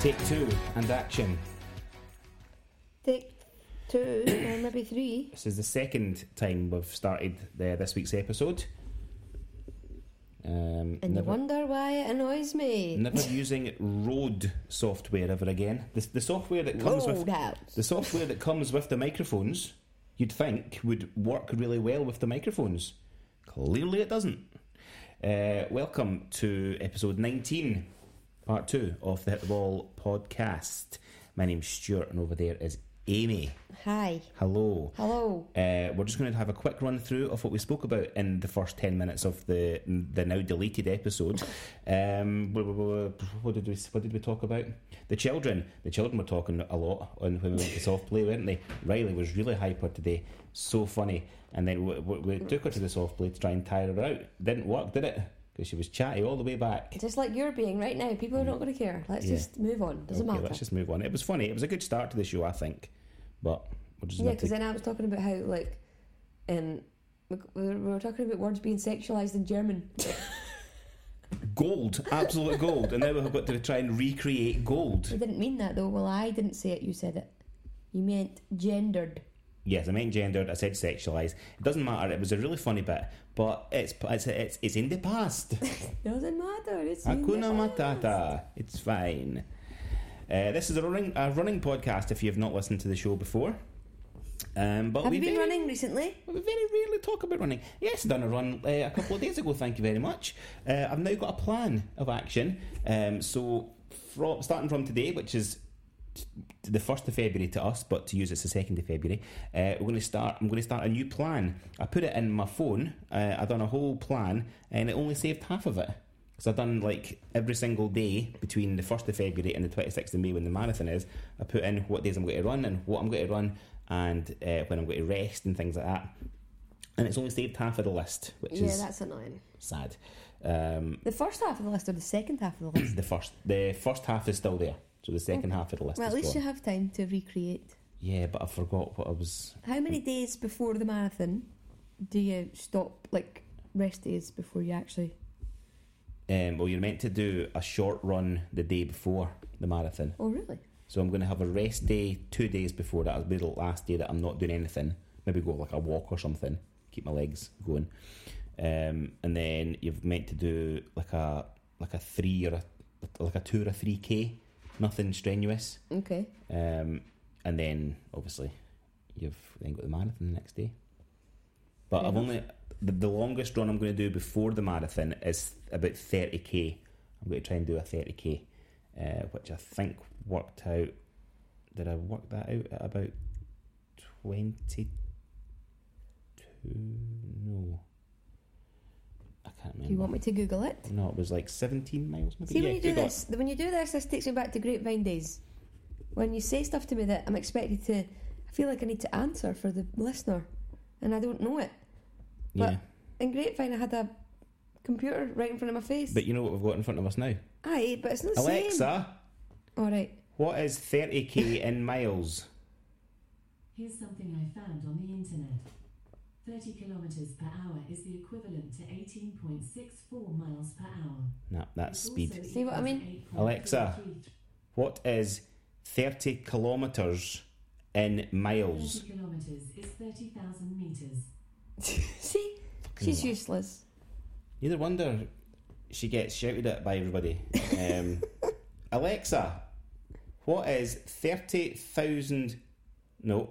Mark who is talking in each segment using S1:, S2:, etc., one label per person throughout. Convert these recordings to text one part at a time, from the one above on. S1: Take two and action.
S2: Take two, or maybe three.
S1: This is the second time we've started the, this week's episode. Um,
S2: And you
S1: never,
S2: wonder why it annoys me.
S1: never using Rode software ever again. The, the software that comes with
S2: Roadhouse.
S1: the software that comes with the microphones, you'd think would work really well with the microphones. Clearly, it doesn't. Uh, welcome to episode 19, part two of the Hit the Ball podcast. My name's Stuart, and over there is Amy.
S2: Hi.
S1: Hello.
S2: Hello.
S1: Uh, we're just going to have a quick run through of what we spoke about in the first 10 minutes of the the now deleted episode. Um, blah, blah, blah, blah. what, did we, what did we talk about? The children. The children were talking a lot on when we went to soft play, weren't they? Riley was really hyper today, so funny. And then we, we, we took her to the soft play to try and tire her out. Didn't work, did it? Because she was chatty all the way back.
S2: Just like you're being right now, people are not going to care. Let's
S1: Yeah.
S2: just move on. Doesn't
S1: okay,
S2: matter.
S1: let's just move on. It was funny. It was a good start to the show, I think. But we're just
S2: Yeah,
S1: gonna
S2: because
S1: take-
S2: then I was talking about how like, um, we, we were talking about words being sexualized in German.
S1: gold, absolute gold. And now we've got to try and recreate gold.
S2: I didn't mean that though. Well, I didn't say it. You said it. You meant gendered.
S1: Yes, I meant gendered. I said sexualized. It doesn't matter. It was a really funny bit, but it's it's it's, it's in the past.
S2: Doesn't matter. It's in the
S1: Hakuna
S2: past.
S1: matata. It's fine. Uh, this is a running a running podcast. If you have not listened to the show before, um, but
S2: Have
S1: we
S2: you been
S1: very-
S2: running recently?
S1: We very rarely talk about running. Yes, done a run uh, a couple of days ago. Thank you very much. Uh, I've now got a plan of action. Um, so, from, starting from today, which is t- the first of February to us, but to use it's the second of February. Uh, we're going to start. I'm going to start a new plan. I put it in my phone. Uh, I done a whole plan, and it only saved half of it. Because I've done like every single day between the 1st of February and the 26th of May when the marathon is, I put in what days I'm going to run and what I'm going to run and uh, when I'm going to rest and things like that. And it's only saved half of the list, which
S2: Yeah,
S1: is
S2: that's annoying.
S1: sad. Um,
S2: The first half of the list or the second half of the list?
S1: the first the first half is still there, so the second half of the list
S2: Oh. well, at
S1: is
S2: least you
S1: gone.
S2: have time to recreate.
S1: Yeah, but I forgot what I was.
S2: How many days before the marathon do you stop, like rest days before you actually?
S1: Um, well, you're meant to do a short run the day before the marathon,
S2: Oh, really?
S1: so I'm going to have a rest day two days before that. It'll be the last day that I'm not doing anything. Maybe go like a walk or something, keep my legs going. Um, and then you've meant to do like a like a three or a like a two or a three k, nothing strenuous.
S2: Okay.
S1: Um, and then obviously you've then got the marathon the next day. But
S2: Fair
S1: I've
S2: enough.
S1: only the, the longest run I'm going to do before the marathon is about thirty k. I'm going to try and do a thirty k, uh, which I think worked out. Did I work that out at about twenty two? No, I can't remember.
S2: Do you want me to Google it?
S1: No, it was like seventeen miles. Maybe.
S2: See
S1: Mm-hmm. yeah,
S2: when you do
S1: Google it.
S2: this, when you do this, this takes me back to Grapevine days. When you say stuff to me that I'm expected to, I feel like I need to answer for the listener, and I don't know it.
S1: Yeah,
S2: In Grapevine, I had a computer right in front of my face.
S1: but you know what we've got in front of us now,
S2: Aye, but it's not the same.
S1: Alexa.
S2: All right.
S1: What is 30k in miles?
S3: Here's something I found on the internet. 30 kilometers per hour is the equivalent to 18.64 miles per hour.
S1: No, that's
S3: It's
S1: speed.
S3: also
S2: See what I
S3: equal to
S2: mean?
S3: 8.33
S1: Alexa. What is 30 kilometres in
S3: 30
S1: miles?
S3: kilometers is 30,000 meters.
S2: See, she's useless.
S1: Neither wonder she gets shouted at by everybody. Um, Alexa, what is 30,000. No.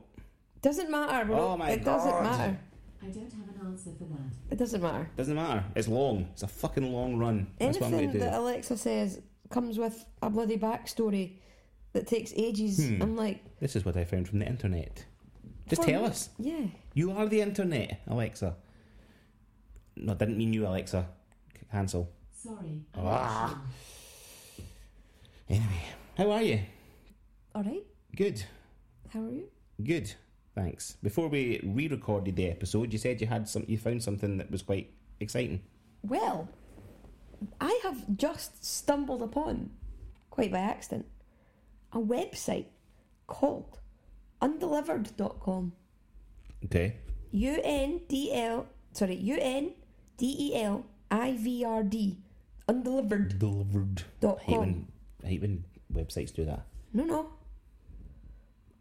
S2: Doesn't matter. We're
S1: Oh
S2: not-
S1: my
S2: it doesn't
S1: God.
S2: matter.
S3: I don't have an answer for that.
S2: It doesn't matter.
S1: Doesn't matter. It's long. It's a fucking long run. That's what I'm going
S2: Anything
S1: to do.
S2: that Alexa says comes with a bloody backstory that takes ages.
S1: Hmm.
S2: I'm like,
S1: This is what I found from the internet. Just
S2: For
S1: tell
S2: me-
S1: us.
S2: yeah.
S1: You are the internet, Alexa. No, I didn't mean you, Alexa. C- Cancel.
S3: Sorry. I'm not
S1: Ah.
S3: sure.
S1: Anyway, how are you?
S2: All right.
S1: Good,
S2: How are you?
S1: good. Thanks. Before we re-recorded the episode, you said you had some, you found something that was quite exciting.
S2: Well, I have just stumbled upon, quite by accident, a website called undelivered.com.
S1: Okay.
S2: U N D L sorry U N D E L I V R D undelivered
S1: Delivered.
S2: dot
S1: I hate
S2: com.
S1: when, I hate when websites do that.
S2: No, no.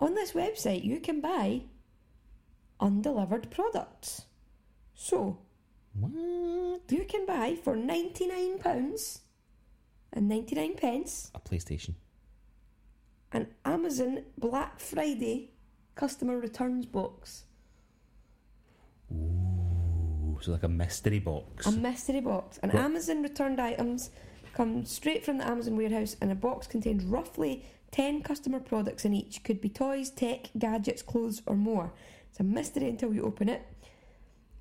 S2: On this website, you can buy undelivered products. So,
S1: What?
S2: you can buy for £99 and 99 pence
S1: A PlayStation.
S2: an Amazon Black Friday customer returns box,
S1: Ooh, so like a mystery box.
S2: a mystery box. And
S1: Right.
S2: Amazon returned items come straight from the Amazon warehouse, and a box contains roughly 10 customer products in each. Could be toys, tech, gadgets, clothes, or more. It's a mystery until you open it.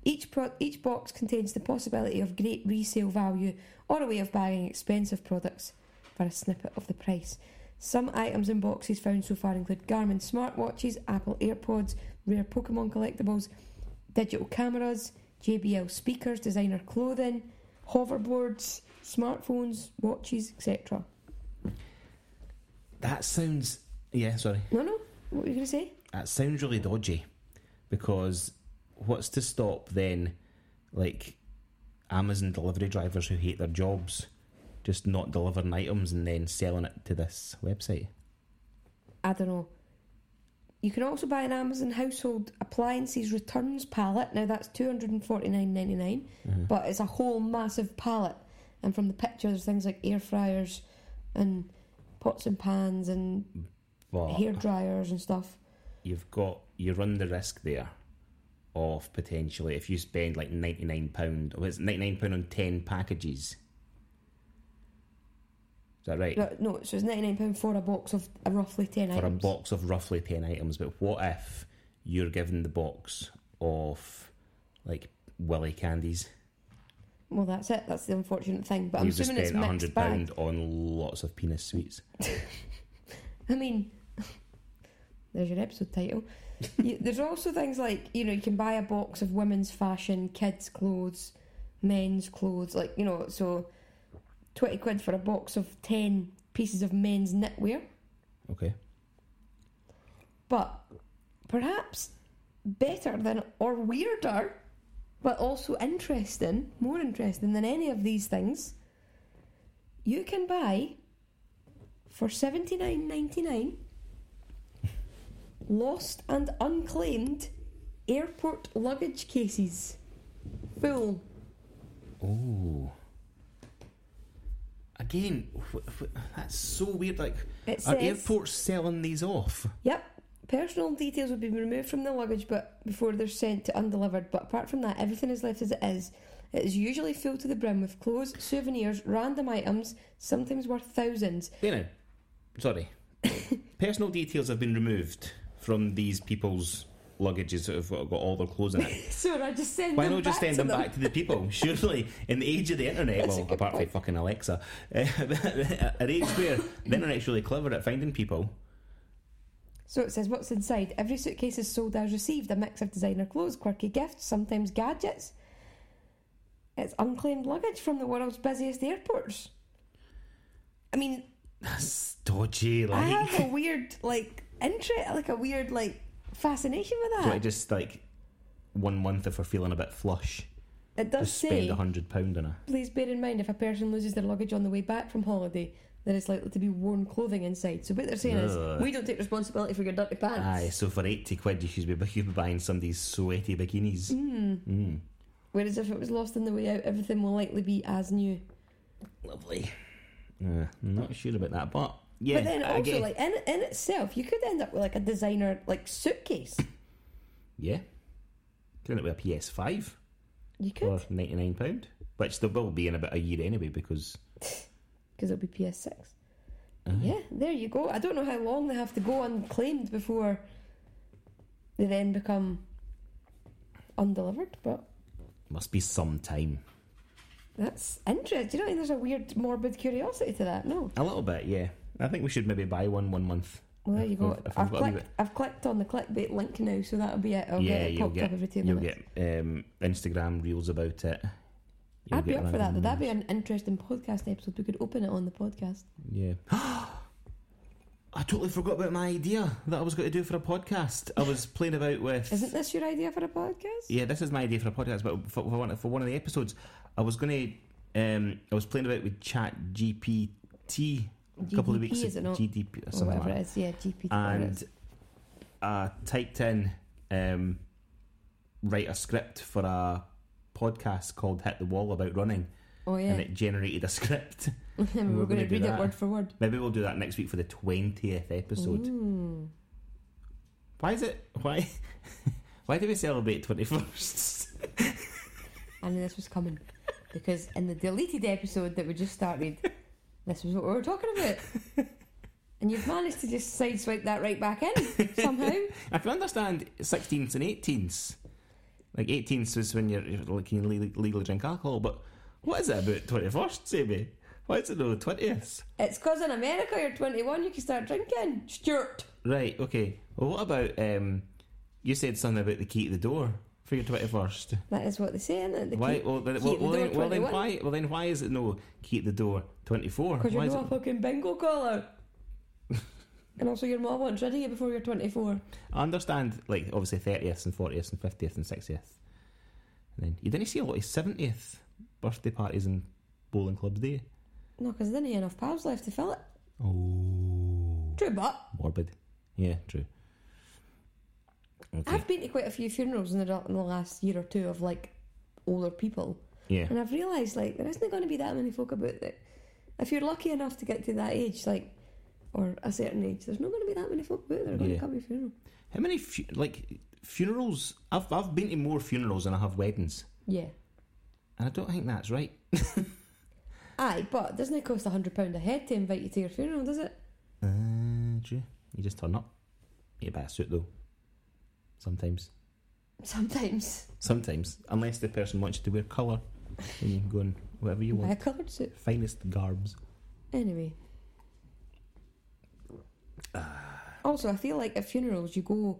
S2: Each, pro- each box contains the possibility of great resale value or a way of buying expensive products for a snippet of the price. Some items in boxes found so far include Garmin smartwatches, Apple AirPods, rare Pokemon collectibles, digital cameras, JBL speakers, designer clothing, hoverboards, smartphones, watches, etc.
S1: that sounds. Yeah, sorry.
S2: No, no, what were you going to say?
S1: That sounds really dodgy, because what's to stop then, like, Amazon delivery drivers who hate their jobs, just not delivering items and then selling it to this website?
S2: I don't know. You can also buy an Amazon household appliances returns pallet. Now that's two hundred and forty nine ninety nine, but it's a whole massive pallet. And from the picture, there's things like air fryers, and pots and pans, and
S1: But
S2: hair dryers and stuff.
S1: you've got you run the risk there of potentially if you spend like ninety nine pound oh, or it's ninety nine pound on ten packages. Is that right?
S2: No, no, so it's ninety nine pound for a box of uh, roughly ten
S1: For a
S2: items.
S1: box of roughly ten items, but what if you're given the box of like willy candies?
S2: Well, that's it. That's the unfortunate thing. But I'm
S1: You've just
S2: assuming it's
S1: spent a
S2: mixed
S1: hundred
S2: bag.
S1: pound on lots of penis sweets.
S2: I mean, there's your episode title. you, there's also things like you know you can buy a box of women's fashion, kids' clothes, men's clothes, like you know so twenty quid for a box of ten pieces of men's knitwear.
S1: Okay.
S2: But perhaps better than or weirder, but also interesting, more interesting than any of these things. You can buy for seventy nine ninety nine lost and unclaimed airport luggage cases. Full.
S1: Oh. Again, wh- wh- that's so weird. Like,
S2: It
S1: are
S2: says-
S1: airports selling these off?
S2: Yep. Personal details would be removed from the luggage but before they're sent to undelivered, but apart from that, everything is left as it is. It is usually filled to the brim with clothes, souvenirs, random items, sometimes worth thousands.
S1: You know, sorry. Personal details have been removed from these people's luggages that have got all their clothes in it.
S2: So I just send
S1: Why
S2: them
S1: not just
S2: back
S1: send
S2: to
S1: them back to the people? Surely, in the age of the internet,
S2: That's a
S1: well,
S2: good
S1: apart from
S2: point.
S1: fucking Alexa, uh, an age where the internet's really clever at finding people.
S2: So it says what's inside. Every suitcase is sold as received, a mix of designer clothes, quirky gifts, sometimes gadgets. It's unclaimed luggage from the world's busiest airports. I mean,
S1: That's dodgy,
S2: I
S1: like.
S2: have a weird like interest, like a weird like fascination with
S1: So
S2: that.
S1: I just like one month if we're feeling a bit flush,
S2: It does
S1: just spend
S2: say,
S1: a hundred pound on a.
S2: please bear in mind if a person loses their luggage on the way back from holiday, there is likely to be worn clothing inside. So what they're saying
S1: Ugh.
S2: is, we don't take responsibility for your dirty pants.
S1: Aye, so for eighty quid, you should be you should be buying somebody's sweaty bikinis.
S2: Hmm.
S1: Mm.
S2: Whereas if it was lost on the way out, everything will likely be as new.
S1: Lovely. Uh, I'm not sure about that, but yeah.
S2: but then also,
S1: again-
S2: like in in itself, you could end up with like a designer like suitcase.
S1: yeah, could it be a PS5
S2: You could
S1: for ninety nine pound, which there will be in about a year anyway because
S2: because it'll be PS6. Yeah, there you go. I don't know how long they have to go unclaimed before they then become undelivered, but
S1: must be some time.
S2: That's interesting. Do you know what I mean? There's a weird morbid curiosity to that. No.
S1: A little bit, yeah. I think we should maybe buy one one month.
S2: Well, there you
S1: If-
S2: go.
S1: if I've
S2: I've,
S1: got a wee
S2: clicked, I've clicked on the clickbait link now, so that'll be it. I'll
S1: yeah,
S2: get it
S1: you'll
S2: popped
S1: get
S2: up every two
S1: you'll
S2: minutes.
S1: get um, Instagram reels about it. You'll
S2: I'd be
S1: get
S2: up for that,
S1: random
S2: but that'd be an interesting podcast episode. We could open it on the podcast.
S1: Yeah. I totally forgot about my idea that I was going to do for a podcast. I was playing about with.
S2: Isn't this your idea for a podcast?
S1: Yeah, this is my idea for a podcast, but for, for, one, for one of the episodes, I was going to. Um, I was playing about with Chat GPT a couple of
S2: GDP,
S1: weeks
S2: is it not? Oh,
S1: GDP or
S2: or
S1: something
S2: whatever
S1: like
S2: it
S1: that.
S2: is, yeah, GPT. whatever it is.
S1: And I typed in um, write a script for a podcast called Hit the Wall about running
S2: oh yeah,
S1: and it generated a script.
S2: And
S1: we're
S2: we're going
S1: gonna
S2: to
S1: do
S2: read
S1: that.
S2: it word for word.
S1: Maybe we'll do that next week for the twentieth episode.
S2: Mm.
S1: Why is it why why do we celebrate twenty first?
S2: I knew this was coming because in the deleted episode that we just started, this was what we were talking about. And you've managed to just sideswipe that right back in somehow.
S1: If you understand sixteenths and eighteenths. Like eighteenths is when you're, you're like you le- legally drink alcohol, but what is it about twenty first, Sammy? Why is it no twentieth?
S2: It's because in America you're 21, you can start drinking. Stuart.
S1: Right, okay. Well what about um you said something about the key to the door for your twenty first.
S2: That is what they say, isn't it? They
S1: Why
S2: keep-
S1: well then,
S2: key
S1: well,
S2: to the
S1: well,
S2: door,
S1: then, well then
S2: 21.
S1: why well then why is it no key to the door twenty four?
S2: Because you're not a fucking bingo caller. and also, your mom wants rid of you before you're 24.
S1: I understand, like, obviously 30th and 40th and 50th and 60th. And then you didn't see a lot of 70th birthday parties and bowling clubs, do you?
S2: No, because then he had enough pals left to fill it.
S1: Oh.
S2: True, but
S1: Morbid. Yeah, true. Okay.
S2: I've been to quite a few funerals in the, in the last year or two of like older people,
S1: Yeah.
S2: and I've realised like there isn't going to be that many folk about that. If you're lucky enough to get to that age, like or a certain age, there's not going to be that many folk about that are going
S1: Yeah.
S2: to come to your funeral.
S1: How many, fu- like, funerals? I've, I've been to more funerals than I have weddings.
S2: Yeah,
S1: And I don't think that's right.
S2: aye, but doesn't it cost a hundred pound a head to invite you to your funeral? Does it?
S1: Uh, true. You just turn up. You buy a suit, though. Sometimes.
S2: Sometimes
S1: Sometimes. Unless the person wants you to wear colour. Then you can go and whatever you
S2: buy a
S1: want.
S2: coloured suit.
S1: Finest garbs.
S2: Anyway.
S1: Ah.
S2: Also, I feel like at funerals you go,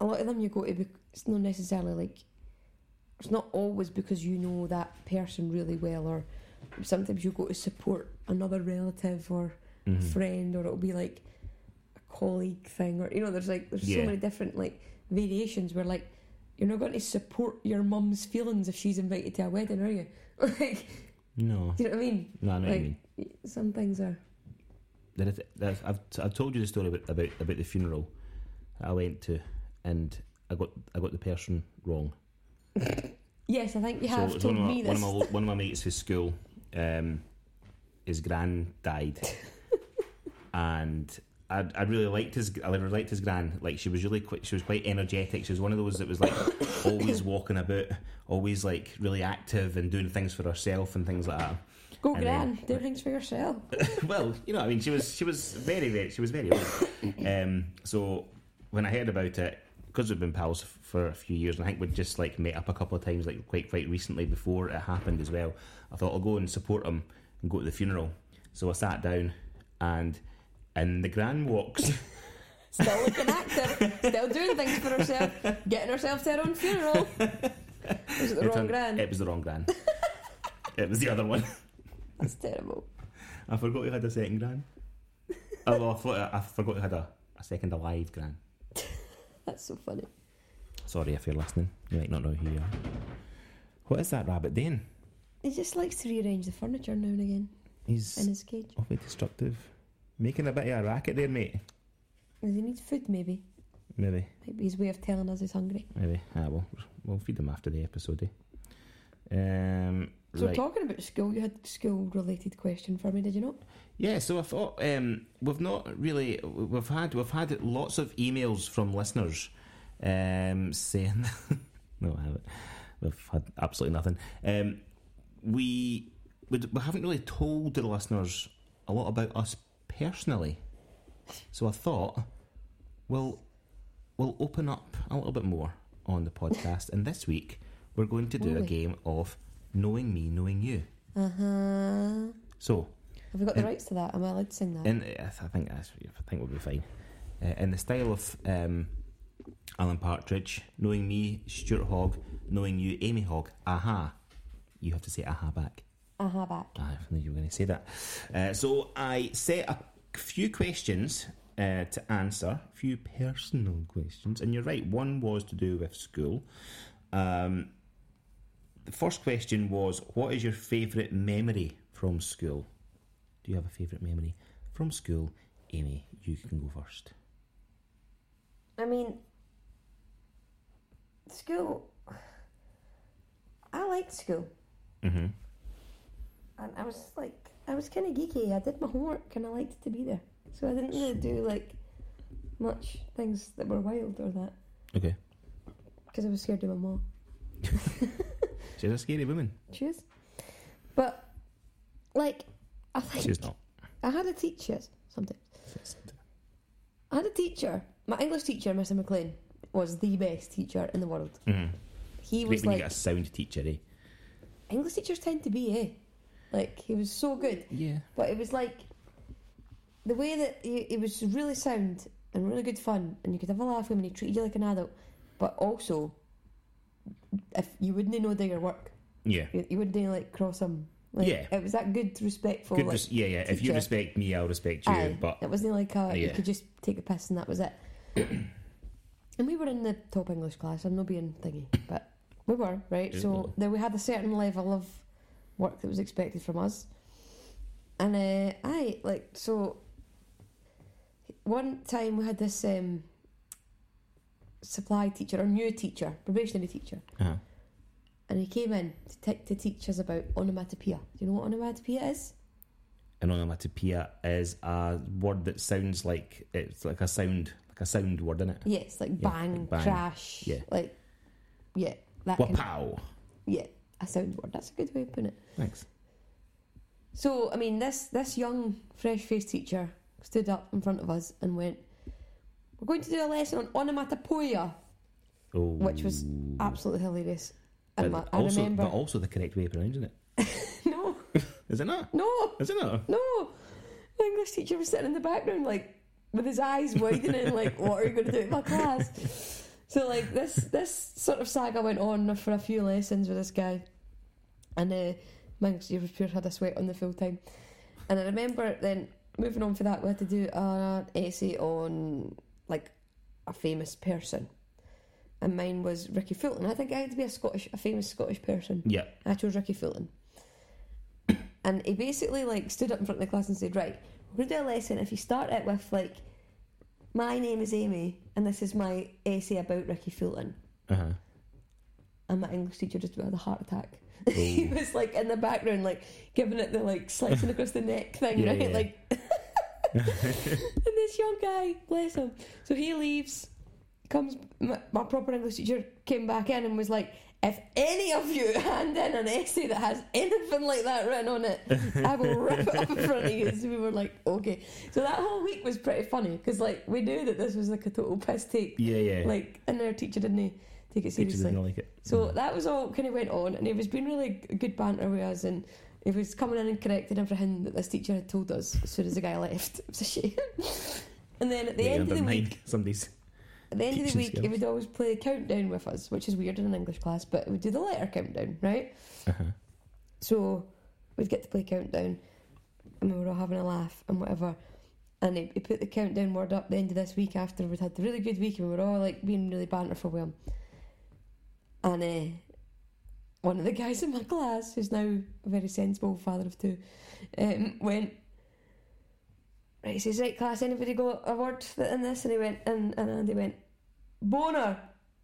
S2: a lot of them you go to. bec- It's not necessarily like, it's not always because you know that person really well, or sometimes you go to support another relative or
S1: Mhm.
S2: friend, or it'll be like a colleague thing, or you know, there's like there's
S1: Yeah.
S2: so many different like variations where like you're not going to support your mum's feelings if she's invited to a wedding, are you? like,
S1: No,
S2: do you know what I mean?
S1: no, I know what
S2: like,
S1: you mean.
S2: some things are.
S1: There is, there's, I've, I've told you the story about, about about the funeral that I went to, and I got I got the person wrong.
S2: Yes, I think you
S1: so it
S2: have
S1: was
S2: told
S1: one of my,
S2: me
S1: one
S2: this.
S1: of my lo- one of my mates from school, um, his gran died, and I I really liked his I really liked his gran. Like she was really quite she was quite energetic. She was one of those that was like always walking about, always like really active and doing things for herself and things like that.
S2: Go
S1: and
S2: Gran,
S1: then-
S2: do things for yourself.
S1: well, you know, I mean, she was she was very very she was very old. Um, so when I heard about it, because we've been pals f- for a few years, and I think we'd just like met up a couple of times, like quite quite recently before it happened as well. I thought I'll go and support him and go to the funeral. So I sat down, and in the grand walks.
S2: Still looking active, still doing things for herself, getting herself to her own funeral. Was it
S1: it
S2: the wrong
S1: turned-
S2: Gran?
S1: It was the wrong gran. it was the other one.
S2: That's terrible.
S1: I forgot you had a second gran. Oh, well, I, thought, I forgot you had a, a second alive gran.
S2: That's so funny.
S1: Sorry if you're listening. You might not know who you are. What is that rabbit doing?
S2: He just likes to rearrange the furniture now and again in
S1: He's
S2: his cage.
S1: awfully destructive. Making a bit of a racket there, mate.
S2: Does he need food? Maybe.
S1: Maybe,
S2: Might be his way of telling us he's hungry.
S1: maybe. Ah, well, we'll feed him after the episode, eh? Um,
S2: So
S1: right.
S2: talking about school, you had a school-related question for me, did you not?
S1: Yeah, so I thought um, we've not really we've had we've had lots of emails from listeners um, saying no, I haven't. We've had absolutely nothing. Um, we, we d- we haven't really told the listeners a lot about us personally, so I thought we'll we'll open up a little bit more on the podcast. and this week we're going to do a
S2: Lovely.
S1: game of knowing me, knowing you.
S2: Uh huh.
S1: So
S2: Have we got the
S1: In-
S2: rights to that? Am I allowed to sing that?
S1: in, I th- I think that's, I think we'll be fine. Uh, in the style of um, Alan Partridge, knowing me, Stuart Hogg, knowing you, Amy Hogg. Aha! You have to say aha back.
S2: Aha, back.
S1: I knew Ah, you were going to say that. Uh, so I set a few questions uh, to answer, a few personal questions, and you're right. One was to do with school. Um, the first question was, "What is your favourite memory from school? Do you have a favourite memory from school. Amy, you can go first.
S2: I mean, school. I liked school.
S1: Mm-hmm.
S2: and I was like, I was kind of geeky. I did my homework, and I liked to be there. So I didn't really do like much things that were wild or that
S1: Okay.
S2: because I was scared of my mom.
S1: She's a scary woman.
S2: She is, but like I like
S1: She's not.
S2: I had a teacher sometimes. I had a teacher. My English teacher, Mr. McLean, was the best teacher in the world.
S1: Mm.
S2: He
S1: Great
S2: was
S1: when you
S2: like
S1: get a sound teacher, eh?
S2: English teachers tend to be, eh? Like he was so good.
S1: Yeah.
S2: But it was like the way that he, it was really sound and really good fun, and you could have a laugh with him, and he treated you like an adult. But also, if you wouldn't know do your work,
S1: Yeah.
S2: you, you wouldn't like cross him. Like,
S1: Yeah.
S2: it was that good, respectful.
S1: Good
S2: like,
S1: res- yeah, yeah. If you
S2: teacher.
S1: respect me, I'll respect you.
S2: aye,
S1: But
S2: it wasn't like a, you
S1: Yeah.
S2: could just take a piss and that was it. and we were in the top English class. I'm not being thingy, but we were right.
S1: Yeah.
S2: So there we had a certain level of work that was expected from us, and uh, I like so. One time we had this um, supply teacher or new teacher, probationary teacher,
S1: uh-huh.
S2: and he came in to, t- to teach us about onomatopoeia. Do you know what onomatopoeia is?
S1: an onomatopoeia is a word that sounds like it's like a sound, like a sound word, isn't it?
S2: Yeah, it's like
S1: Yeah,
S2: bang,
S1: like bang.
S2: crash,
S1: Yeah.
S2: like yeah, that kind of,
S1: Wapow.
S2: yeah, a sound word. That's a good way of putting it.
S1: Thanks.
S2: So I mean, this this young fresh faced teacher stood up in front of us and went, "We're going to do a lesson on onomatopoeia,"
S1: Oh.
S2: which was absolutely hilarious. And
S1: But
S2: I, I
S1: also,
S2: remember,
S1: but also the correct way of pronouncing it.
S2: no,
S1: Is it not?
S2: no,
S1: Is it not?
S2: no, my English teacher was sitting in the background, like with his eyes widening, like, "What are you going to do in my class?" So like this this sort of saga went on for a few lessons with this guy, and uh, my English teacher was pure had a sweat on the full time, and I remember then moving on for that we had to do an essay on like a famous person. And mine was Ricky Fulton. I think I had to be a Scottish, a famous Scottish person.
S1: Yeah.
S2: I chose Ricky Fulton. And he basically like stood up in front of the class and said, Right, we're gonna do a lesson. If you start it with like my name is Amy and this is my essay about Ricky Fulton
S1: Uh huh.
S2: and my English teacher just had a heart attack. he
S1: Oh.
S2: was like in the background, like giving it the like slicing across the neck thing,
S1: Yeah,
S2: right?
S1: yeah.
S2: Like And this young guy, bless him. So he leaves, comes my, my proper English teacher came back in and was like, if any of you hand in an essay that has anything like that written on it, I will rip it up in front of you. So we were like, okay. So that whole week was pretty funny because like we knew that this was like a total piss take.
S1: Yeah, yeah.
S2: Like, and our teacher didn't take it
S1: Teachers
S2: seriously.
S1: didn't like it.
S2: So that was all kind of went on, and it was been really g- good banter with us, and it was coming in and correcting everything that this teacher had told us as soon as the guy left. It was a shame. and then at the
S1: They
S2: end of the
S1: undermined
S2: week,
S1: somebody's.
S2: at the end of the
S1: teaching
S2: week, he
S1: skills.
S2: would always play a countdown with us, which is weird in an English class, but we would do the letter countdown, right?
S1: Uh-huh.
S2: So we'd get to play countdown, and we were all having a laugh and whatever. And he, he put the countdown word up the end of this week after we'd had a really good week and we were all like being really banterful with him. And uh, one of the guys in my class, who's now a very sensible father of two, um, went, Right, he says, Right, class, anybody got a word for- in this? And he went, and, and Andy went, Boner!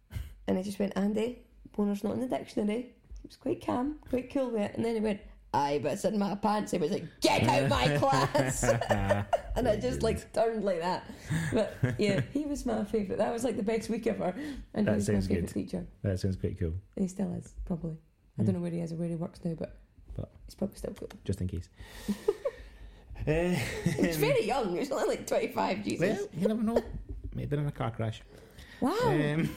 S2: And I just went, Andy, boner's not in the dictionary. He was quite calm, quite cool with it. And then he went, Aye, but it's in my pants. He was like, Get out my class!
S1: Oh
S2: and I just like turned like that. But yeah, he was my favourite. That was like the best week ever. And
S1: That
S2: he was my
S1: sounds
S2: favourite
S1: good.
S2: teacher.
S1: That sounds pretty cool,
S2: And he still is, probably. I
S1: Yeah.
S2: don't know where he is or where he works now, but,
S1: Hmm. But-
S2: he's probably still cool.
S1: just in case. uh,
S2: He's very young. He was only like 25, Jesus. Oh,
S1: well, you never know. Maybe they're in a car crash.
S2: wow.
S1: Um,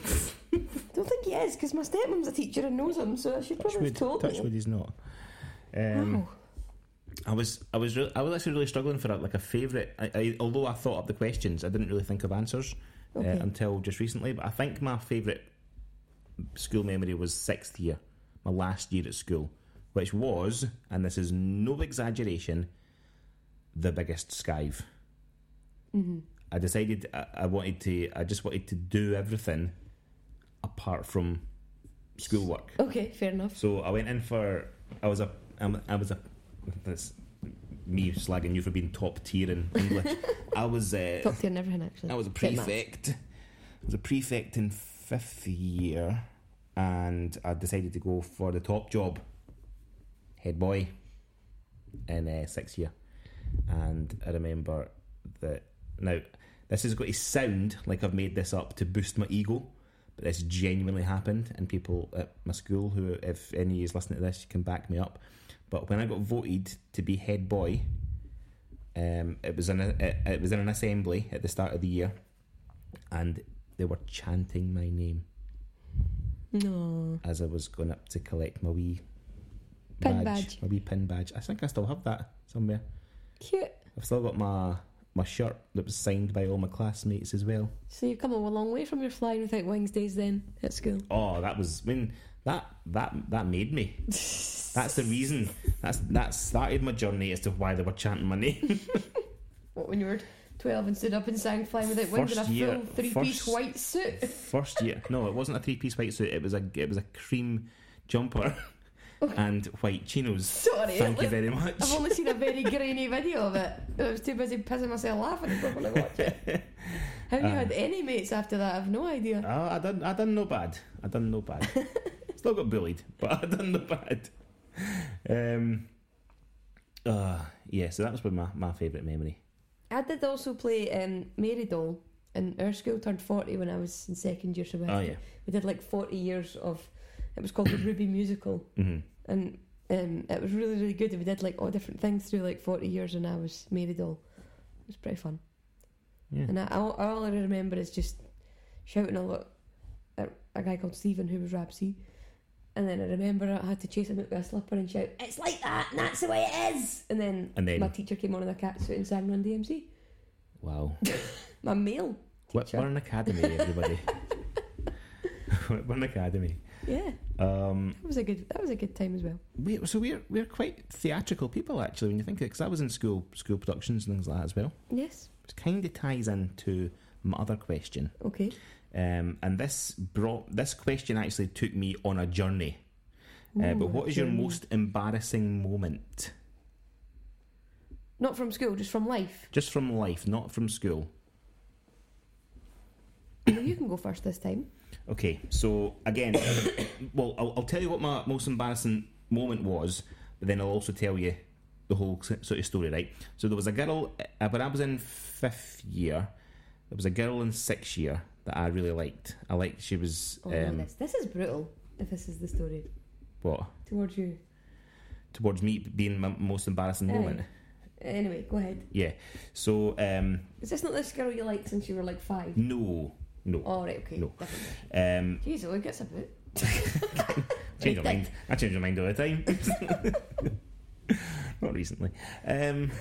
S2: don't think he is, because my stepmom's a teacher and knows him, so she
S1: Touchwood,
S2: probably have told me.
S1: Touchwood is not. Um,
S2: wow.
S1: I was, I was, re- I was actually really struggling for a, like a favourite. I, I, although I thought up the questions, I didn't really think of answers
S2: Okay.
S1: uh, until just recently. But I think my favourite school memory was sixth year, my last year at school, which was, and this is no exaggeration, the biggest skive.
S2: Mm-hmm.
S1: I decided I, I wanted to, I just wanted to do everything apart from schoolwork.
S2: Okay, fair enough.
S1: So I went in for I was a I'm- I was a this me slagging you for being top tier in English. I was uh,
S2: Top tier and everything, actually.
S1: I was a
S2: Except maths.
S1: prefect. I was a prefect in fifth year, and I decided to go for the top job, head boy, in uh, sixth year. And I remember that. Now, this is going to sound like I've made this up to boost my ego, but this genuinely happened. And people at my school, who, if any of you is listening to this, you can back me up. But when I got voted to be head boy, um, it was in a, it, it was in an assembly at the start of the year, and they were chanting my name
S2: No.
S1: as I was going up to collect my wee
S2: Pin badge.
S1: my wee pin badge. I think I still have that somewhere.
S2: Cute.
S1: I've still got my my shirt that was signed by all my classmates as well.
S2: So you've come a long way from your flying without wings days then at school.
S1: Oh, that was I mean that that that made me. That's the reason. That's that started my journey as to why they were chanting my name.
S2: What when you were twelve and stood up and sang "Flying Without Wings" in a
S1: First year-
S2: full three-piece
S1: first-
S2: white suit?
S1: First year, no, it wasn't a three piece white suit. It was a it was a cream jumper and white chinos.
S2: Sorry, it
S1: Thank you
S2: looked-
S1: very much.
S2: I've only seen a very grainy video of it. I was too busy pissing myself laughing from when I watched it. How
S1: Uh-huh.
S2: you had any mates after that? I've no idea.
S1: Oh, I done I done no bad. I done no bad. Still got bullied, but I done no bad. Um. Uh, yeah, so that was probably my, my favourite memory.
S2: I did also play um, Mary Doll, and our school turned 40 when I was in second year, so we, had
S1: Oh
S2: to-
S1: yeah,
S2: we did like 40 years of it was called the Ruby Musical,
S1: hmm
S2: and um, it was really, really good. And we did like all different things through like 40 years, and I was Mary Doll. It was pretty fun.
S1: yeah.
S2: And I, I- all I remember is just shouting a lot at a guy called Stephen who was Rapsy. And then I remember I had to chase him with a slipper and shout, It's like that, and that's the way it is! And then,
S1: And then-
S2: my teacher came on in a cat suit and sang Run DMC.
S1: Wow,
S2: My male. teacher.
S1: Whitburn Academy, everybody. Whitburn Academy.
S2: Yeah,
S1: Um,
S2: that was a good that was a good time as well.
S1: we so we're we're quite theatrical people actually when you think of it, because I was in school school productions and things like that as well.
S2: Yes.
S1: It kind of ties into my other question.
S2: Okay.
S1: Um, and this brought this question actually took me on a journey. Uh,
S2: Ooh,
S1: but what is your
S2: journey.
S1: most embarrassing moment?
S2: Not from school, just from life.
S1: Just from life, not from school.
S2: Well, you can go first this time.
S1: Okay, so again, well, I'll, I'll tell you what my most embarrassing moment was, but then I'll also tell you the whole s- sort of story, right? So there was a girl, uh, when I was in fifth year, there was a girl in sixth year that I really liked. I liked, she was,
S2: Oh no,
S1: um,
S2: this this is brutal. If this is the story
S1: what,
S2: towards you.
S1: towards me being my most embarrassing
S2: Aye.
S1: moment.
S2: Anyway, go ahead.
S1: Yeah. So, um,
S2: Is this not this girl you liked since you were like five?
S1: no, no.
S2: All Oh, right. Okay.
S1: No.
S2: different girl.
S1: Um,
S2: Jeez, well, it gets a bit.
S1: change your
S2: Right
S1: mind. I change my mind all the time. Not recently. Um,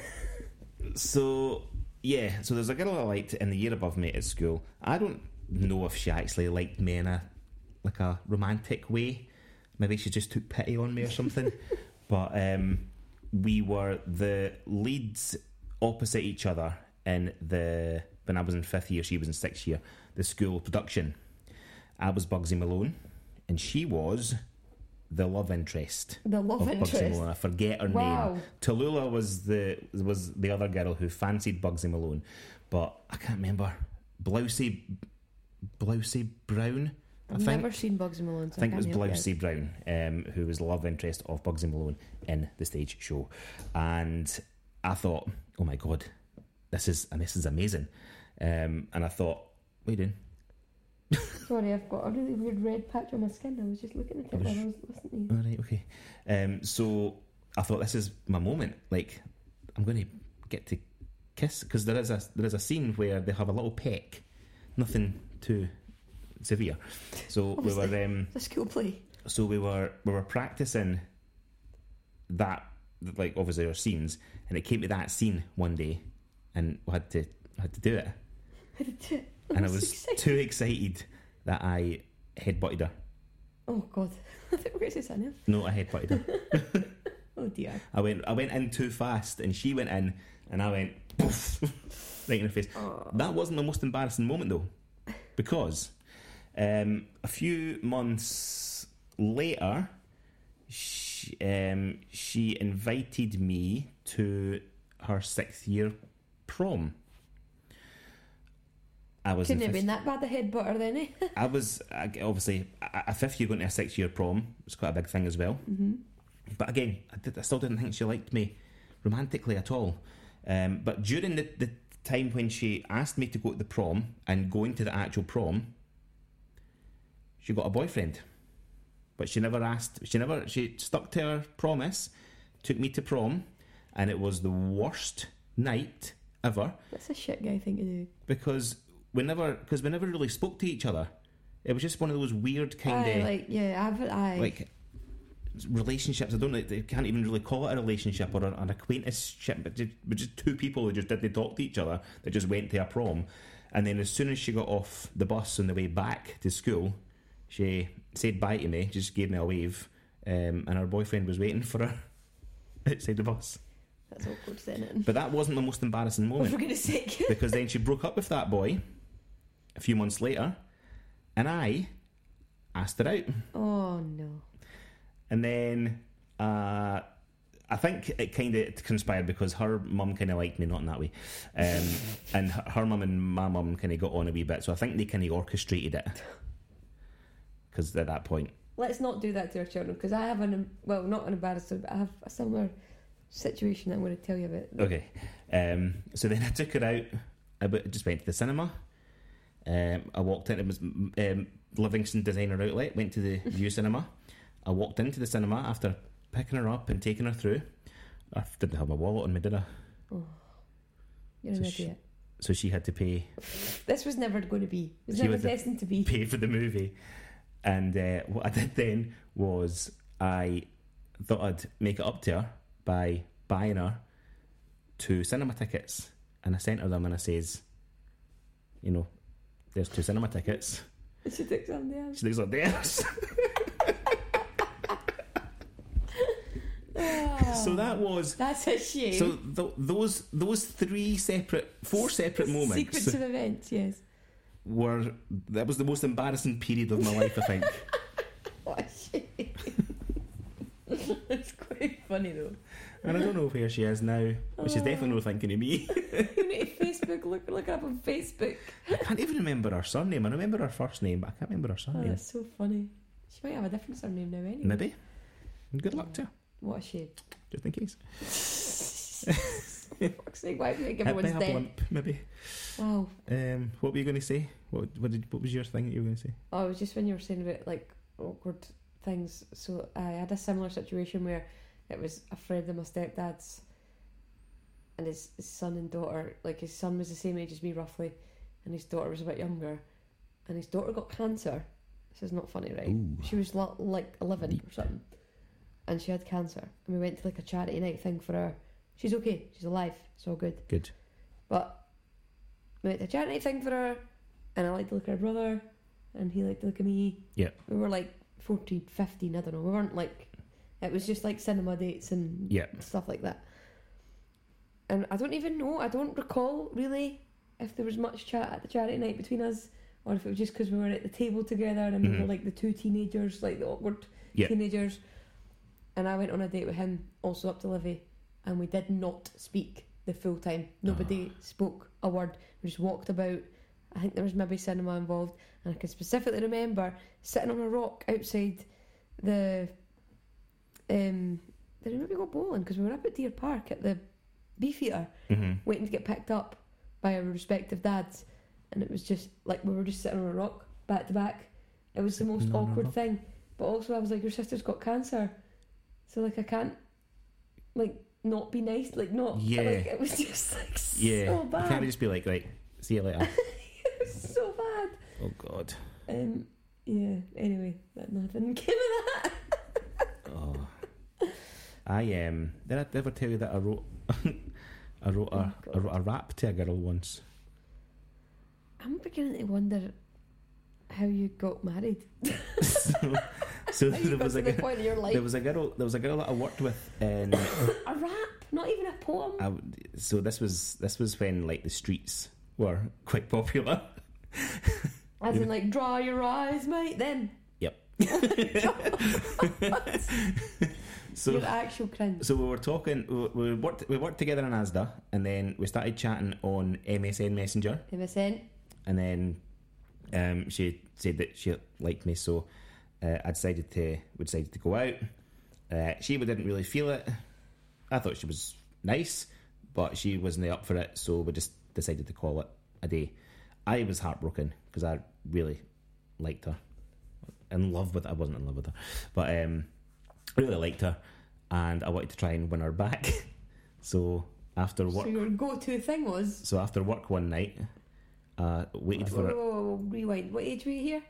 S1: so yeah, so there's a girl I liked in the year above me at school. I don't know if she actually liked me in a like a romantic way. Maybe she just took pity on me or something. but um, we were the leads opposite each other in the when I was in fifth year, she was in sixth year. The school production. I was Bugsy Malone, and she was the love interest
S2: The love
S1: of Bugsy
S2: interest.
S1: Malone. I forget her
S2: Wow.
S1: name. Tallulah was the was the other girl who fancied Bugsy Malone, but I can't remember. Blousey, Blousey Brown. I
S2: I've
S1: think
S2: never seen Bugs and Malone. So
S1: I think it
S2: I
S1: was
S2: can't help you
S1: Blousey Brown, um, who was the love interest of Bugsy Malone in the stage show, and I thought, oh my god, this is and this is amazing, um, and I thought, what are you doing?
S2: out. Sorry, I've got a really weird red patch on my skin. I was just looking at it
S1: was-
S2: while I was listening. to
S1: All right, okay. Um, so I thought this is my moment. Like I'm going to get to kiss because there is a there is a scene where they have a little peck, nothing too severe. So we were um,
S2: It's a school play.
S1: so we were we were practicing that like obviously our scenes, and it came to that scene one day, and we had to had to do it, and I
S2: so
S1: was
S2: excited.
S1: too excited that I headbutted her.
S2: Oh God, I think we're going to say something else.
S1: No, I headbutted her.
S2: Oh dear.
S1: I went I went in too fast and she went in and I went poof right in her face. That wasn't the most embarrassing moment though. Because um, a few months later she, um, she invited me to her sixth year prom. I was in
S2: Couldn't have
S1: fifth-
S2: been that bad a head butter then, eh?
S1: I was I, obviously a a fifth year going to a six year prom was quite a big thing as well.
S2: mm-hmm.
S1: But again, I, did, I still didn't think she liked me romantically at all. Um, but during the, the time when she asked me to go to the prom and going to the actual prom, she got a boyfriend. But she never asked. She never. She stuck to her promise. Took me to prom, and it was the worst night ever
S2: That's a shit guy thing to do.
S1: because we never because we never really spoke to each other. It was just one of those weird kind
S2: Aye,
S1: of
S2: like, yeah, I've, aye.
S1: like relationships. I don't know. They can't even really call it a relationship or an acquaintanceship, but just, but just two people who just didn't talk to each other. That just went to a prom, and then as soon as she got off the bus on the way back to school, she said bye to me, just gave me a wave, um, and her boyfriend was waiting for her outside the bus.
S2: That's awkward, isn't it?
S1: But that wasn't the most embarrassing
S2: Oh,
S1: moment
S2: for goodness sake.
S1: because then she broke up with that boy a few months later, and I asked her out.
S2: Oh, no.
S1: And then uh, I think it kind of conspired because her mum kind of liked me, not in that way. Um, and her, her mum and my mum kind of got on a wee bit, so I think they kind of orchestrated it. Because at that point,
S2: Let's not do that to our children, because I have an, well, not an embarrassment, but I have a similar situation I'm going to tell you about.
S1: okay. Um, so then I took her out. I bu- just went to the cinema. Um, I walked in. It was um, Livingston Designer Outlet. Went to the View Cinema. I walked into the cinema after picking her up and taking her through. I didn't have my wallet on me, did I?
S2: Oh, You're an
S1: So
S2: idiot.
S1: she- So she had to pay
S2: This was never going to be. It was
S1: She
S2: never
S1: was the-
S2: destined to be.
S1: pay for the movie. And uh, what I did then was I thought I'd make it up to her by buying her two cinema tickets. And I sent her them and I says, you know, there's two cinema tickets.
S2: She took somebody else.
S1: She looks like theirs. so that was
S2: Ah, That's a shame.
S1: so th- those those three separate four separate moments
S2: Sequence of events, yes.
S1: were that was the most embarrassing period of my life I think.
S2: What a shame. That's quite funny though.
S1: And I don't know where she is now, but she's definitely not thinking of me.
S2: You need Facebook, look, look her up on Facebook.
S1: I can't even remember her surname. I remember her first name, but I can't remember her
S2: Oh,
S1: surname.
S2: that's so funny. She might have a different surname now anyway.
S1: Maybe. Good luck to her,
S2: What a shame.
S1: just in case.
S2: Fuck's sake, why do you give
S1: Hit by
S2: everyone's
S1: a
S2: dead?
S1: blimp, maybe.
S2: Wow.
S1: Um, what were you going to say? What what, did, what was your thing that you were going to say?
S2: Oh, it was just when you were saying about like awkward things. So I had a similar situation where it was a friend of my stepdad's, and his, his son and daughter. Like his son was the same age as me roughly, and his daughter was a bit younger, and his daughter got cancer. This is not funny, right?
S1: Ooh.
S2: She was lo- like eleven or something, and she had cancer. And we went to like a charity night thing for her. She's okay. She's alive. It's all good.
S1: Good.
S2: But we went to a charity thing for her, and I liked to look at her brother, and he liked to look at me.
S1: Yeah.
S2: We were like 14, 15, I don't know. We weren't like, it was just like cinema dates and
S1: Yeah.
S2: stuff like that. And I don't even know, I don't recall really if there was much chat at the charity night between us, or if it was just because we were at the table together and we were
S1: Mhm.
S2: like the two teenagers, like the awkward
S1: Yeah.
S2: teenagers. And I went on a date with him, also up to Livy, and we did not speak the full time. Nobody spoke a word. We just walked about. I think there was maybe cinema involved, and I can specifically remember sitting on a rock outside the. Um, did we maybe go bowling? Because we were up at Deer Park at the Beefeater,
S1: hmm
S2: waiting to get picked up by our respective dads, and it was just like we were just sitting on a rock back to back. It was the most
S1: Sitting on a
S2: awkward
S1: rock.
S2: thing. But also, I was like, your sister's got cancer, so like I can't like not be nice, like not.
S1: Yeah.
S2: Like, it was just like
S1: Yeah.
S2: so
S1: You can't
S2: bad,
S1: just be like, right, see you later.
S2: so bad.
S1: oh, God.
S2: Um. Yeah. Anyway, that nothing came of that.
S1: Oh. I, um, did I ever tell you that I wrote, I, wrote a,
S2: Oh,
S1: I wrote a rap to a girl once?
S2: I'm beginning to wonder how you got married.
S1: so so
S2: How you
S1: there
S2: got
S1: was
S2: to
S1: a
S2: the
S1: girl,
S2: point of your life.
S1: there was a girl there was a girl that I worked with um, in
S2: a rap, not even a poem.
S1: I would- so this was this was when like the streets were quite popular.
S2: As in, like, draw your eyes, mate. Then
S1: Yep. So
S2: Your actual cringe.
S1: so we were talking. we- We worked. We worked together in ASDA, and then we started chatting on MSN Messenger,
S2: MSN.
S1: and then um, she said that she liked me, so uh, I decided to. We decided to go out. Uh, she didn't really feel it. I thought she was nice, but she wasn't up for it, so we just decided to call it a day. I was heartbroken because I really liked her. In love with I wasn't in love with her, but um, I really liked her, and I wanted to try and win her back. so after work,
S2: So your go-to thing was.
S1: so after work one night, uh, waited
S2: Whoa,
S1: for
S2: whoa,
S1: her.
S2: whoa, whoa, rewind. What age were you here?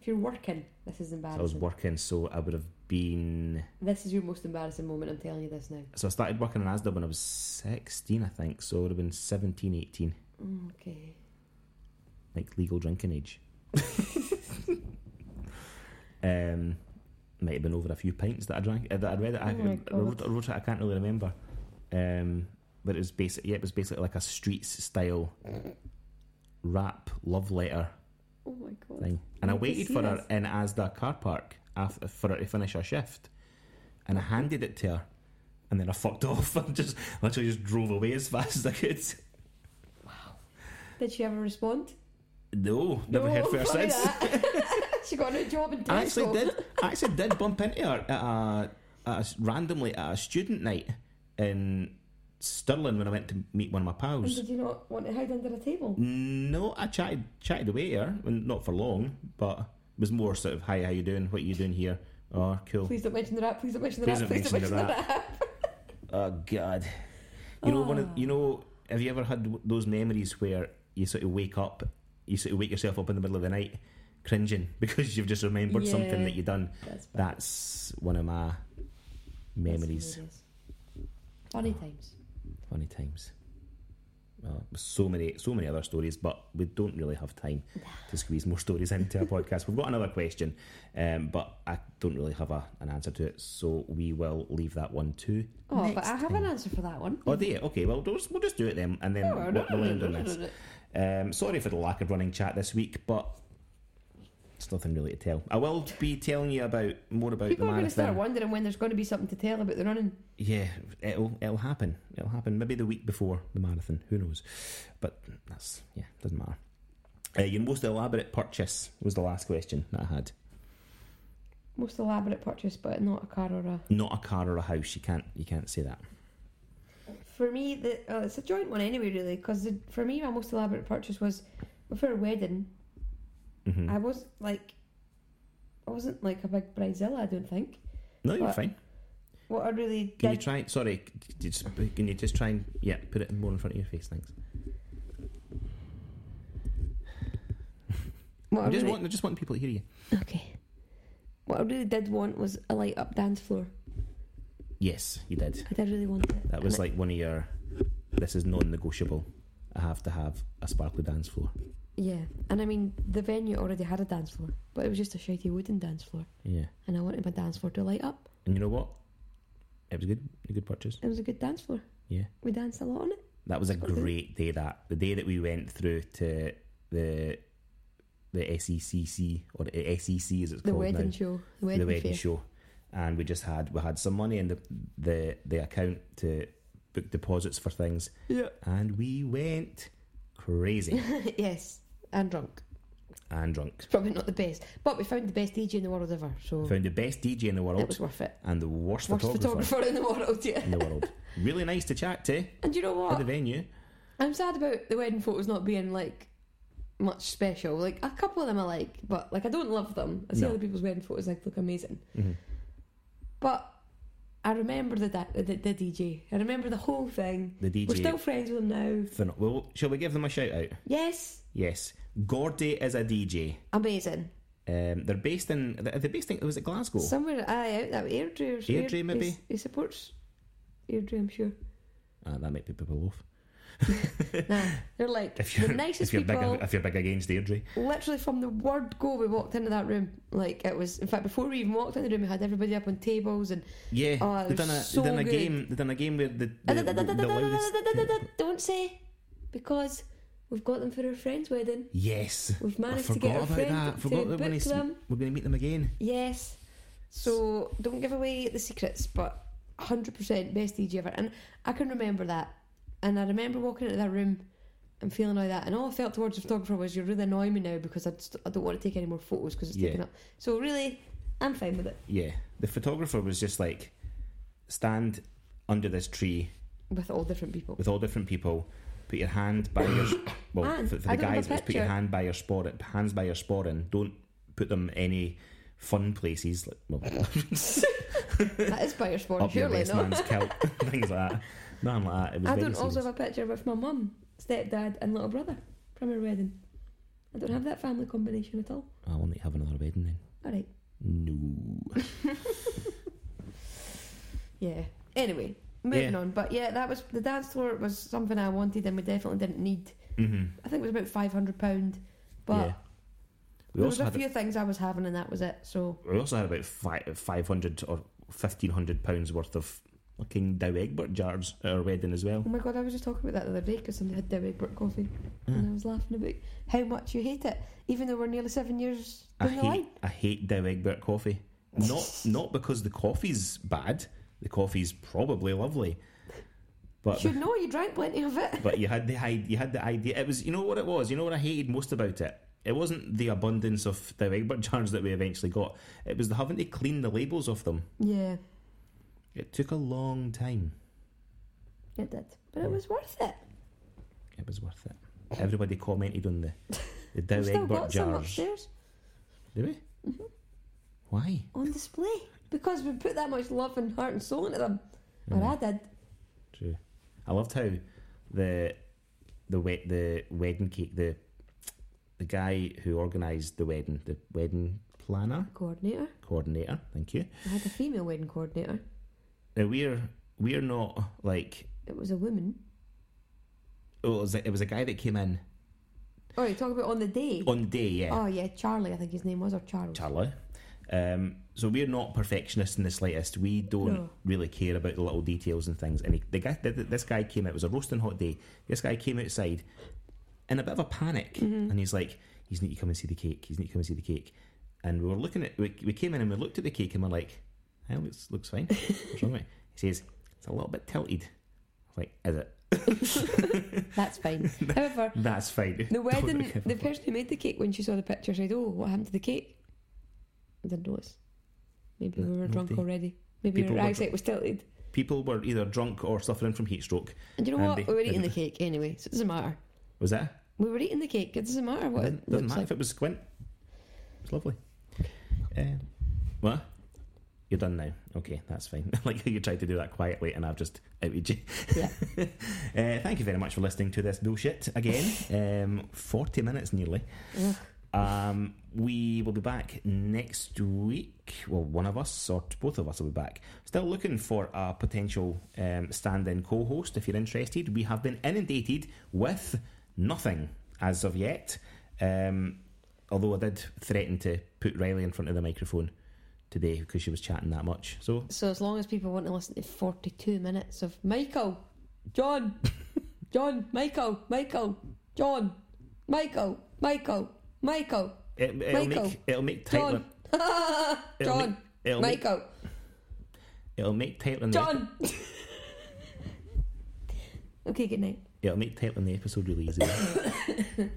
S2: If you're working, this is
S1: So
S2: embarrassing.
S1: I was working, so I would have been.
S2: This is your most embarrassing moment. I'm telling you this now.
S1: So I started working in ASDA when I was 16, I think. So I would have been 17, 18,
S2: Mm, Okay.
S1: like legal drinking age. um, might have been over a few pints that I drank, uh, that I read it. I,
S2: Oh my
S1: I wrote,
S2: God.
S1: I wrote it, I can't really remember. Um, but it was basic. Yeah, it was basically like a streets style rap love letter
S2: Oh my god.
S1: thing. And I
S2: need to
S1: waited
S2: see
S1: for
S2: this.
S1: her in Asda car park after, for her to finish her shift. And I handed it to her. And then I fucked off and just literally just drove away as fast as I could.
S2: Did she ever respond?
S1: No, never heard from her
S2: funny
S1: since.
S2: that. she got a new job in
S1: I
S2: Tesco.
S1: actually did. I actually did bump into her at a, at a s- randomly at a student night in Stirling when I went to meet one of my
S2: And
S1: pals.
S2: did you not want to hide under a table?
S1: No, I chatted chatted away at her, and not for long, but it was more sort of hi, how you doing? What you doing here? Oh, cool.
S2: Please don't mention the rap. Please don't mention the
S1: Please
S2: rap.
S1: don't
S2: Please don't
S1: mention
S2: mention
S1: the
S2: the rap.
S1: Oh God! You know one of
S2: Ah.
S1: you know. Have you ever had w- those memories where you sort of wake up, you sort of wake yourself up in the middle of the night, cringing because you've just remembered something
S2: Yeah.
S1: that you done?
S2: That's bad.
S1: That's one of my memories.
S2: hilarious. Funny times.
S1: Funny times. Uh, so many, so many other stories, but we don't really have time to squeeze more stories into a podcast. We've got another question, um, but I don't really have a, an answer to it, so we will leave that one too.
S2: Oh, but
S1: next
S2: I have
S1: time.
S2: an answer for that one. Oh,
S1: Oh, do you? Okay, well, we'll just, we'll just do it then, and then
S2: No, no,
S1: we'll,
S2: no,
S1: we'll
S2: no,
S1: end
S2: no,
S1: on
S2: no,
S1: this.
S2: no, no.
S1: Um, sorry for the lack of running chat this week, but it's nothing really to tell. I will be telling you about more about
S2: People
S1: the
S2: are going to start
S1: marathon.
S2: wondering when there's going to be something to tell about the running.
S1: yeah, it'll it'll happen. It'll happen. Maybe the week before the marathon. Who knows? But that's yeah, doesn't matter. Uh, your most elaborate purchase was the last question that I had.
S2: Most elaborate purchase, but not a car or a.
S1: Not a car or a house. You can't you can't say that.
S2: For me, the oh, it's a joint one anyway, really, because for me, my most elaborate purchase was for our wedding.
S1: hmm
S2: I was like, I wasn't like a big bridezilla. I don't think.
S1: no, you're
S2: but-
S1: fine.
S2: What I really
S1: Can
S2: did
S1: you try? Sorry, c- just, can you just try and yeah, put it more in front of your face? Thanks.
S2: What I
S1: I just
S2: really-
S1: want, I just want people to hear you.
S2: okay. What I really did want was a light up dance floor.
S1: Yes, you did.
S2: I did really want it.
S1: That was like one of your. This is non-negotiable. I have to have a sparkly dance floor.
S2: Yeah, and I mean the venue already had a dance floor, but it was just a shitty wooden dance floor,
S1: Yeah,
S2: and I wanted my dance floor to light up.
S1: and you know what? It was good. A good purchase.
S2: It was a good dance floor.
S1: Yeah,
S2: We danced a lot on it.
S1: that was a
S2: Okay.
S1: great day. That the day that we went through to the the SECC or the SEC as it's
S2: The
S1: called
S2: wedding
S1: now,
S2: show, the wedding,
S1: the wedding
S2: fair.
S1: show, and we just had we had some money in the the the account to book deposits for things,
S2: Yeah.
S1: and we went crazy
S2: yes, and drunk.
S1: and drunk.
S2: It's probably not the best, but we found the best DJ in the world ever, so
S1: Found the best DJ in the
S2: it
S1: world
S2: Oh. was worth it.
S1: and the worst,
S2: Worst
S1: photographer.
S2: photographer in the world, yeah.
S1: in the world. Really nice to chat to
S2: And you know
S1: at the
S2: what?
S1: venue.
S2: I'm sad about the wedding photos not being like much special. Like a couple of them I like, but like I don't love them. I see
S1: No.
S2: other people's wedding photos like look amazing,
S1: Mhm.
S2: but I remember the, da- the the DJ. I remember the whole thing.
S1: The DJ.
S2: We're still friends with him now.
S1: Phen- well, shall we give them a shout out?
S2: Yes,
S1: Yes, Gordy is a DJ.
S2: amazing.
S1: Um, they're based in. They're they're based in. Was it Glasgow?
S2: Somewhere aye, out that way, Airdrie or
S1: Airdrie,
S2: Air-
S1: maybe?
S2: He, he supports Airdrie, I'm sure.
S1: Ah, that might be people off.
S2: Nah, they're like
S1: If you're
S2: the nicest
S1: if you're
S2: people.
S1: big if you're big against Airdrie,
S2: literally from the word go we walked into that room like it was in fact before we even walked in the room we had everybody up on tables and
S1: yeah,
S2: Oh, it
S1: they done a
S2: was so
S1: they done a
S2: good.
S1: game they done a game where the the, the, the loudest.
S2: don't say because we've got them for our friend's wedding
S1: Yes,
S2: we've
S1: I
S2: managed to
S1: forgot
S2: get our
S1: about
S2: friend
S1: that.
S2: to
S1: Forgot that when
S2: book
S1: he's-
S2: them
S1: we're going to meet them again.
S2: yes So don't give away the secrets, but 100% best EG ever. And I can remember that. And I remember walking into that room and feeling like that. And all I felt towards the photographer was, you're really annoying me now because I, just, I don't want to take any more photos because it's
S1: Yeah.
S2: taken up. So really, I'm fine with it.
S1: Yeah, the photographer was just like, stand under this tree
S2: With all different people.
S1: with all different people. Put your hand by your well
S2: And
S1: for, for
S2: I
S1: the
S2: don't
S1: guys,
S2: have a
S1: it's put your
S2: picture.
S1: hand by your spot, hands by your spot, and don't put them any fun places like well,
S2: that is by your sport,
S1: up your
S2: surely,
S1: best
S2: no?
S1: man's kilt, things like that. Nothing like that. It was
S2: I
S1: very
S2: don't also
S1: serious.
S2: have a picture with my mum, stepdad, and little brother from her wedding. I don't have that family combination at all.
S1: I will need to have another wedding then.
S2: All right.
S1: No.
S2: Yeah. Anyway, moving
S1: Yeah.
S2: on. But yeah, that was the dance floor was something I wanted and we definitely didn't need.
S1: hmm
S2: I think it was about five hundred pound, but
S1: yeah. We
S2: there was
S1: also,
S2: a
S1: had,
S2: few things I was having and that was it. So
S1: we also had about fi- 500 or 1500 pounds worth of fucking Dow Egbert jars at our wedding as well.
S2: oh my god, I was just talking about that the other day because somebody had Dairy Brook coffee and
S1: Mm.
S2: I was laughing about how much you hate it, even though we're nearly seven years
S1: I
S2: down the line.
S1: hate, I hate Dow Egbert coffee. Not not because the coffee's bad. The coffee's probably lovely, but
S2: Should know you drank plenty of it.
S1: but you had the i- you had the idea. It was you know what it was. You know what I hated most about it. It wasn't the abundance of Dow Egbert jars that we eventually got. It was the having to clean the labels off them.
S2: Yeah,
S1: It took a long time.
S2: it did. But it was worth it.
S1: It was worth it. Everybody commented on the the Dow
S2: We've still
S1: Egbert
S2: got some Mm-hmm.
S1: jars.
S2: upstairs
S1: Do we? Why?
S2: on display because we put that much love and heart and soul into them.
S1: Mm.
S2: And I did.
S1: True. I loved how the the wed- the wedding cake the the guy who organised the wedding, the wedding planner
S2: Coordinator.
S1: coordinator. Thank you.
S2: I had a female wedding coordinator.
S1: Now we're we're not like
S2: It was a woman.
S1: oh, it was a, it was a guy that came in
S2: Oh, you talk about on the day.
S1: on the day. Yeah,
S2: Oh yeah, Charlie. I think his name was or Charles.
S1: Charlie. Um, so we're not perfectionists in the slightest. We don't
S2: No.
S1: really care about the little details and things. And he, the guy, th- th- this guy came out. It was a roasting hot day. This guy came outside in a bit of a panic, and he's like, "He's need to come and see the cake. He's need to come and see the cake." And we were looking at. We, we came in and we looked at the cake, and we're like, "Hell, looks looks fine. What's wrong with it?" He says, "It's a little bit tilted." I was like, "Is it?
S2: That's fine. However,
S1: That's fine."
S2: the
S1: Don't
S2: wedding,
S1: look at
S2: the
S1: it.
S2: person who made the cake when she saw the picture said, "Oh, what happened to the cake?" I didn't notice. Maybe we
S1: No-
S2: were drunk
S1: nobody-
S2: already. Maybe
S1: people
S2: our
S1: were
S2: eyesight was tilted.
S1: People were either drunk or suffering from heat stroke.
S2: And you know
S1: And
S2: what?
S1: they-
S2: we were
S1: they
S2: eating the
S1: didn't-
S2: cake anyway, so it doesn't matter.
S1: Was that?
S2: We were eating the cake. It doesn't matter what
S1: doesn't
S2: it
S1: doesn't
S2: looks
S1: matter
S2: like.
S1: if it was squint. It's lovely. Um, what? You're done now. Okay, that's fine. I like how you tried to do that quietly, and I've just outed you.
S2: Yeah.
S1: uh, thank you very much for listening to this bullshit again. Um, Forty minutes nearly.
S2: Ugh.
S1: Um, we will be back next week. Well, one of us or t- both of us will be back. Still looking for a potential um, stand-in co-host. If you're interested, we have been inundated with nothing as of yet. Um, although I did threaten to put Riley in front of the microphone today because she was chatting that much. So
S2: So as long as people want to listen to 42 minutes of Michael, John, John, Michael, Michael, John, Michael, Michael, Michael,
S1: it, it'll
S2: Michael.
S1: make it'll make Tyler
S2: John,
S1: it'll
S2: John,
S1: make- it'll make
S2: Michael,
S1: it'll make Tyler in the
S2: John. okay, good night.
S1: It'll make titling the episode really easy.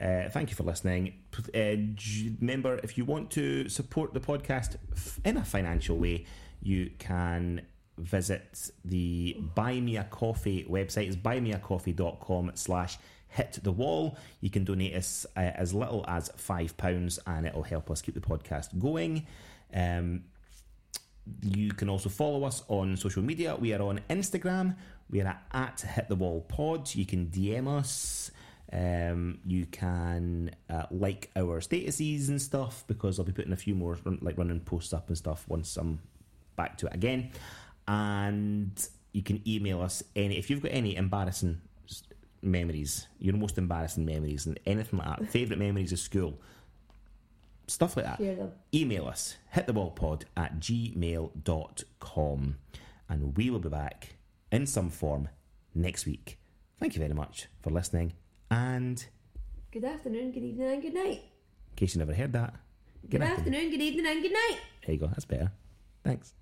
S1: Uh, thank you for listening. P- Uh, j- remember, if you want to support the podcast f- in a financial way, you can visit the Buy Me a Coffee website. It's buymeacoffee.com slash hit the wall. You can donate us uh, as little as £5 and it'll help us keep the podcast going. Um, you can also follow us on social media. We are on Instagram. We are at Hit the Wall Pod. You can DM us. Um, you can uh, like our statuses and stuff because I'll be putting a few more run, like running posts up and stuff once I'm back to it again. And you can email us any if you've got any embarrassing s- memories, your most embarrassing memories, and anything like that, favorite memories of school, stuff like that
S2: Hear them.
S1: email us hitthewallpod at gmail.com and we will be back in some form next week thank you very much for listening and
S2: Good afternoon, good evening, and good night.
S1: in case you never heard that
S2: Good afternoon, good evening, and good night.
S1: There you go. That's better. Thanks.